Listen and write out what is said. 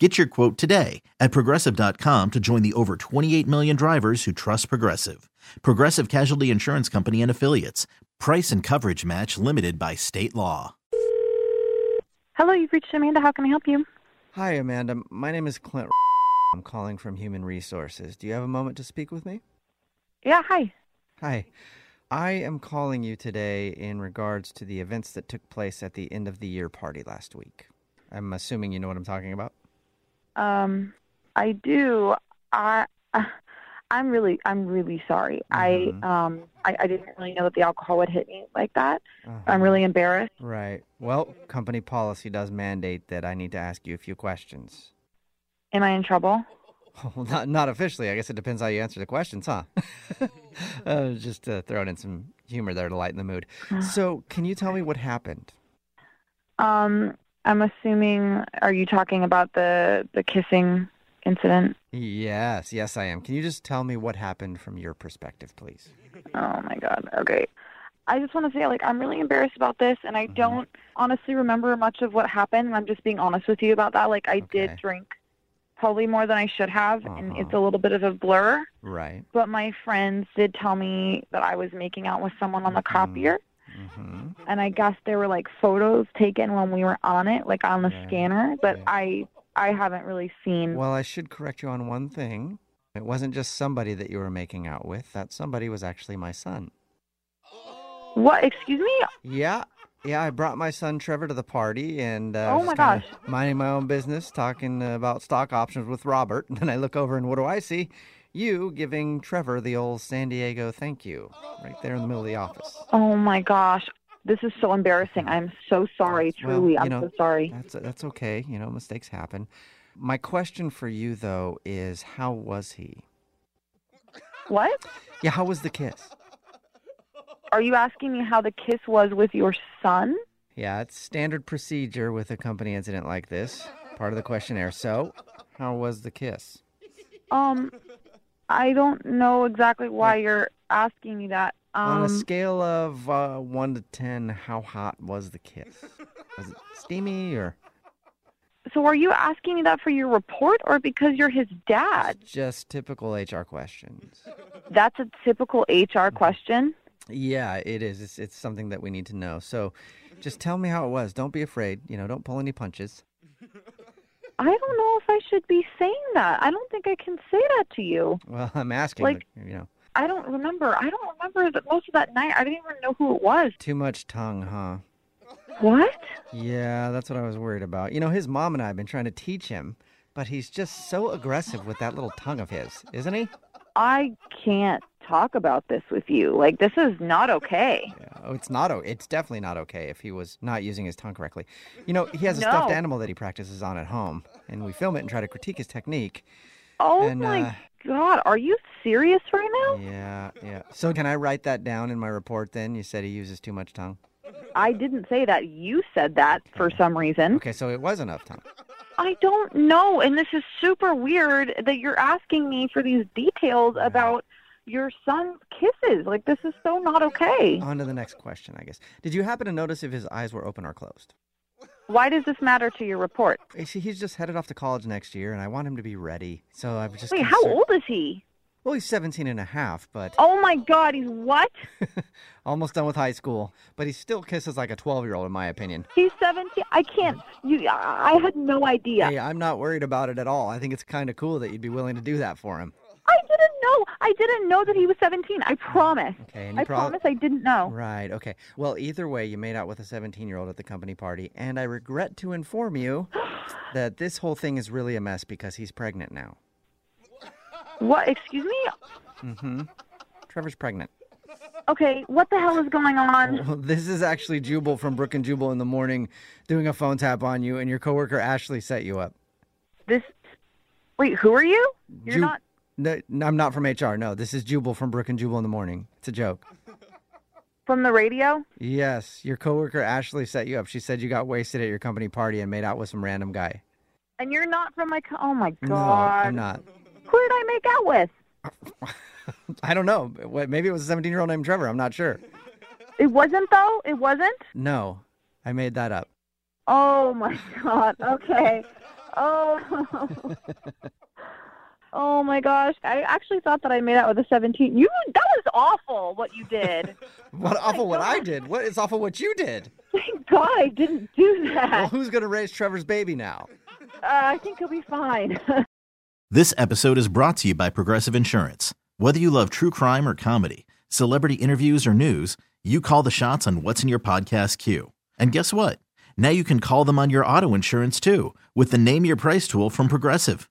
Get your quote today at progressive.com to join the over 28 million drivers who trust Progressive. Progressive Casualty Insurance Company and Affiliates. Price and coverage match limited by state law. Hello, you've reached Amanda. How can I help you? Hi, Amanda. My name is Clint. I'm calling from Human Resources. Do you have a moment to speak with me? Yeah, hi. Hi. I am calling you today in regards to the events that took place at the end of the year party last week. I'm assuming you know what I'm talking about. Um, I do. I, I'm really, I'm really sorry. Mhm. I, um, I, I didn't really know that the alcohol would hit me like that. Uh-huh. I'm really embarrassed. Right. Well, company policy does mandate that I need to ask you a few questions. Am I in trouble? Well, not, not officially. I guess it depends how you answer the questions, huh? uh, just uh, throwing in some humor there to lighten the mood. Uh-huh. So, can you tell me what happened? Um, I'm assuming. Are you talking about the the kissing incident? Yes, yes, I am. Can you just tell me what happened from your perspective, please? Oh my God. Okay. I just want to say, like, I'm really embarrassed about this, and I Mhm. don't honestly remember much of what happened. and I'm just being honest with you about that. Like, I Okay. did drink probably more than I should have, and Uh-huh. it's a little bit of a blur. Right. but my friends did tell me that I was making out with someone on the Mhm. copier, Mm-hmm. and I guess there were like photos taken when we were on it, like on the Right. scanner. But Yeah. I, I haven't really seen. Well, I should correct you on one thing. It wasn't just somebody that you were making out with. That somebody was actually my son. what? Excuse me. Yeah, yeah. I brought my son Trevor to the party, and uh, Oh was my just kinda minding my own business, talking about stock options with Robert. And then I look over, and what do I see? You giving Trevor the old San Diego thank you, right there in the middle of the office. Oh my gosh, this is so embarrassing. I'm so sorry. Mm-hmm. Well, Truly, you I'm know, so sorry. That's that's okay. You know, mistakes happen. My question for you though is, how was he? What? Yeah, how was the kiss? Are you asking me how the kiss was with your son? Yeah, it's standard procedure with a company incident like this. Part of the questionnaire. So, how was the kiss? Um, I don't know exactly why you're asking me that. Um, On a scale of uh, one to ten, how hot was the kiss? Was it steamy or so are you asking me that for your report or because you're his Uh, dad? just typical HR questions? That's a typical HR question. Yeah, it is. It's, it's something that we need to know. So, just tell me how it was. Don't be afraid. You know, don't pull any punches. I don't know if I should be saying that. I don't think I can say that to you. Well, I'm asking. Like- but, you know, I don't remember. I don't remember that most of that night. I didn't even know who it was. too much tongue, huh? What? Yeah, that's what I was worried about. You know, his mom and I have been trying to teach him, but he's just so aggressive with that little tongue of his, isn't he? I can't talk about this with you. Like this is not okay. Yeah. Oh, it's not. o- It's definitely not okay if he was not using his tongue correctly. You know, he has a stuffed No. animal that he practices on at home, and we film it and try to critique his technique. Oh and my uh, god, are you serious right now? yeah, yeah. So can I write that down in my report? Then you said he uses too much tongue. I didn't say that. You said that for some reason. Okay, so it was enough tongue. I don't know. And this is super weird that you're asking me for these details Right. about your son's kisses. Like, this is so not okay. On to the next question, I guess. Did you happen to notice if his eyes were open or closed? Why does this matter to your report? You Eh, see, he's just headed off to college next year, and I want him to be ready. So I'm just. Wait, how concerned- old is he? Well, he's 17 and a half, but Oh my God, he's what? almost done with high school. But he still kisses like a 12 year old, in my opinion. He's 17. I can't. You, I I had no idea. Hey, I'm not worried about it at all. I think it's kind of cool that you'd be willing to do that for him. I didn't know. I didn't know that he was 17. I promise. Okay, and you I prob- promise I didn't know. Right, okay. Well, either way, you made out with a 17 year old at the company party, and I regret to inform you that this whole thing is really a mess because he's pregnant now. What? Excuse me? Mm hmm. Trevor's pregnant. Okay, what the hell is going on? Well, this is actually Jubal from Brook and Jubal in the morning doing a phone tap on you, and your coworker Ashley set you up. This. Wait, who are you? You're Ju- not. No, no, I'm not from HR. No, this is Jubal from Brook and Jubal in the morning. It's a joke. From the radio? Yes, your coworker Ashley set you up. She said you got wasted at your company party and made out with some random guy. And you're not from my co- Oh my No, god. I'm not. Who did I make out with? I don't know. What- Maybe it was a 17 year old named Trevor. I'm not sure. It wasn't though. It wasn't. No, I made that up. Oh my god. Okay. Oh. Oh my gosh. I actually thought that I made out with a 17. You that was awful what you did. What awful what I did. What it's awful what you did. Thank God I didn't do Well, that. who's going to raise Trevor's baby now? Uh, I think he'll be fine. This episode is brought to you by Progressive Insurance. Whether you love true crime or comedy, celebrity interviews or news, you call the shots on what's in your podcast queue. And guess what? Now you can call them on your auto insurance too with the Name Your Price tool from Progressive.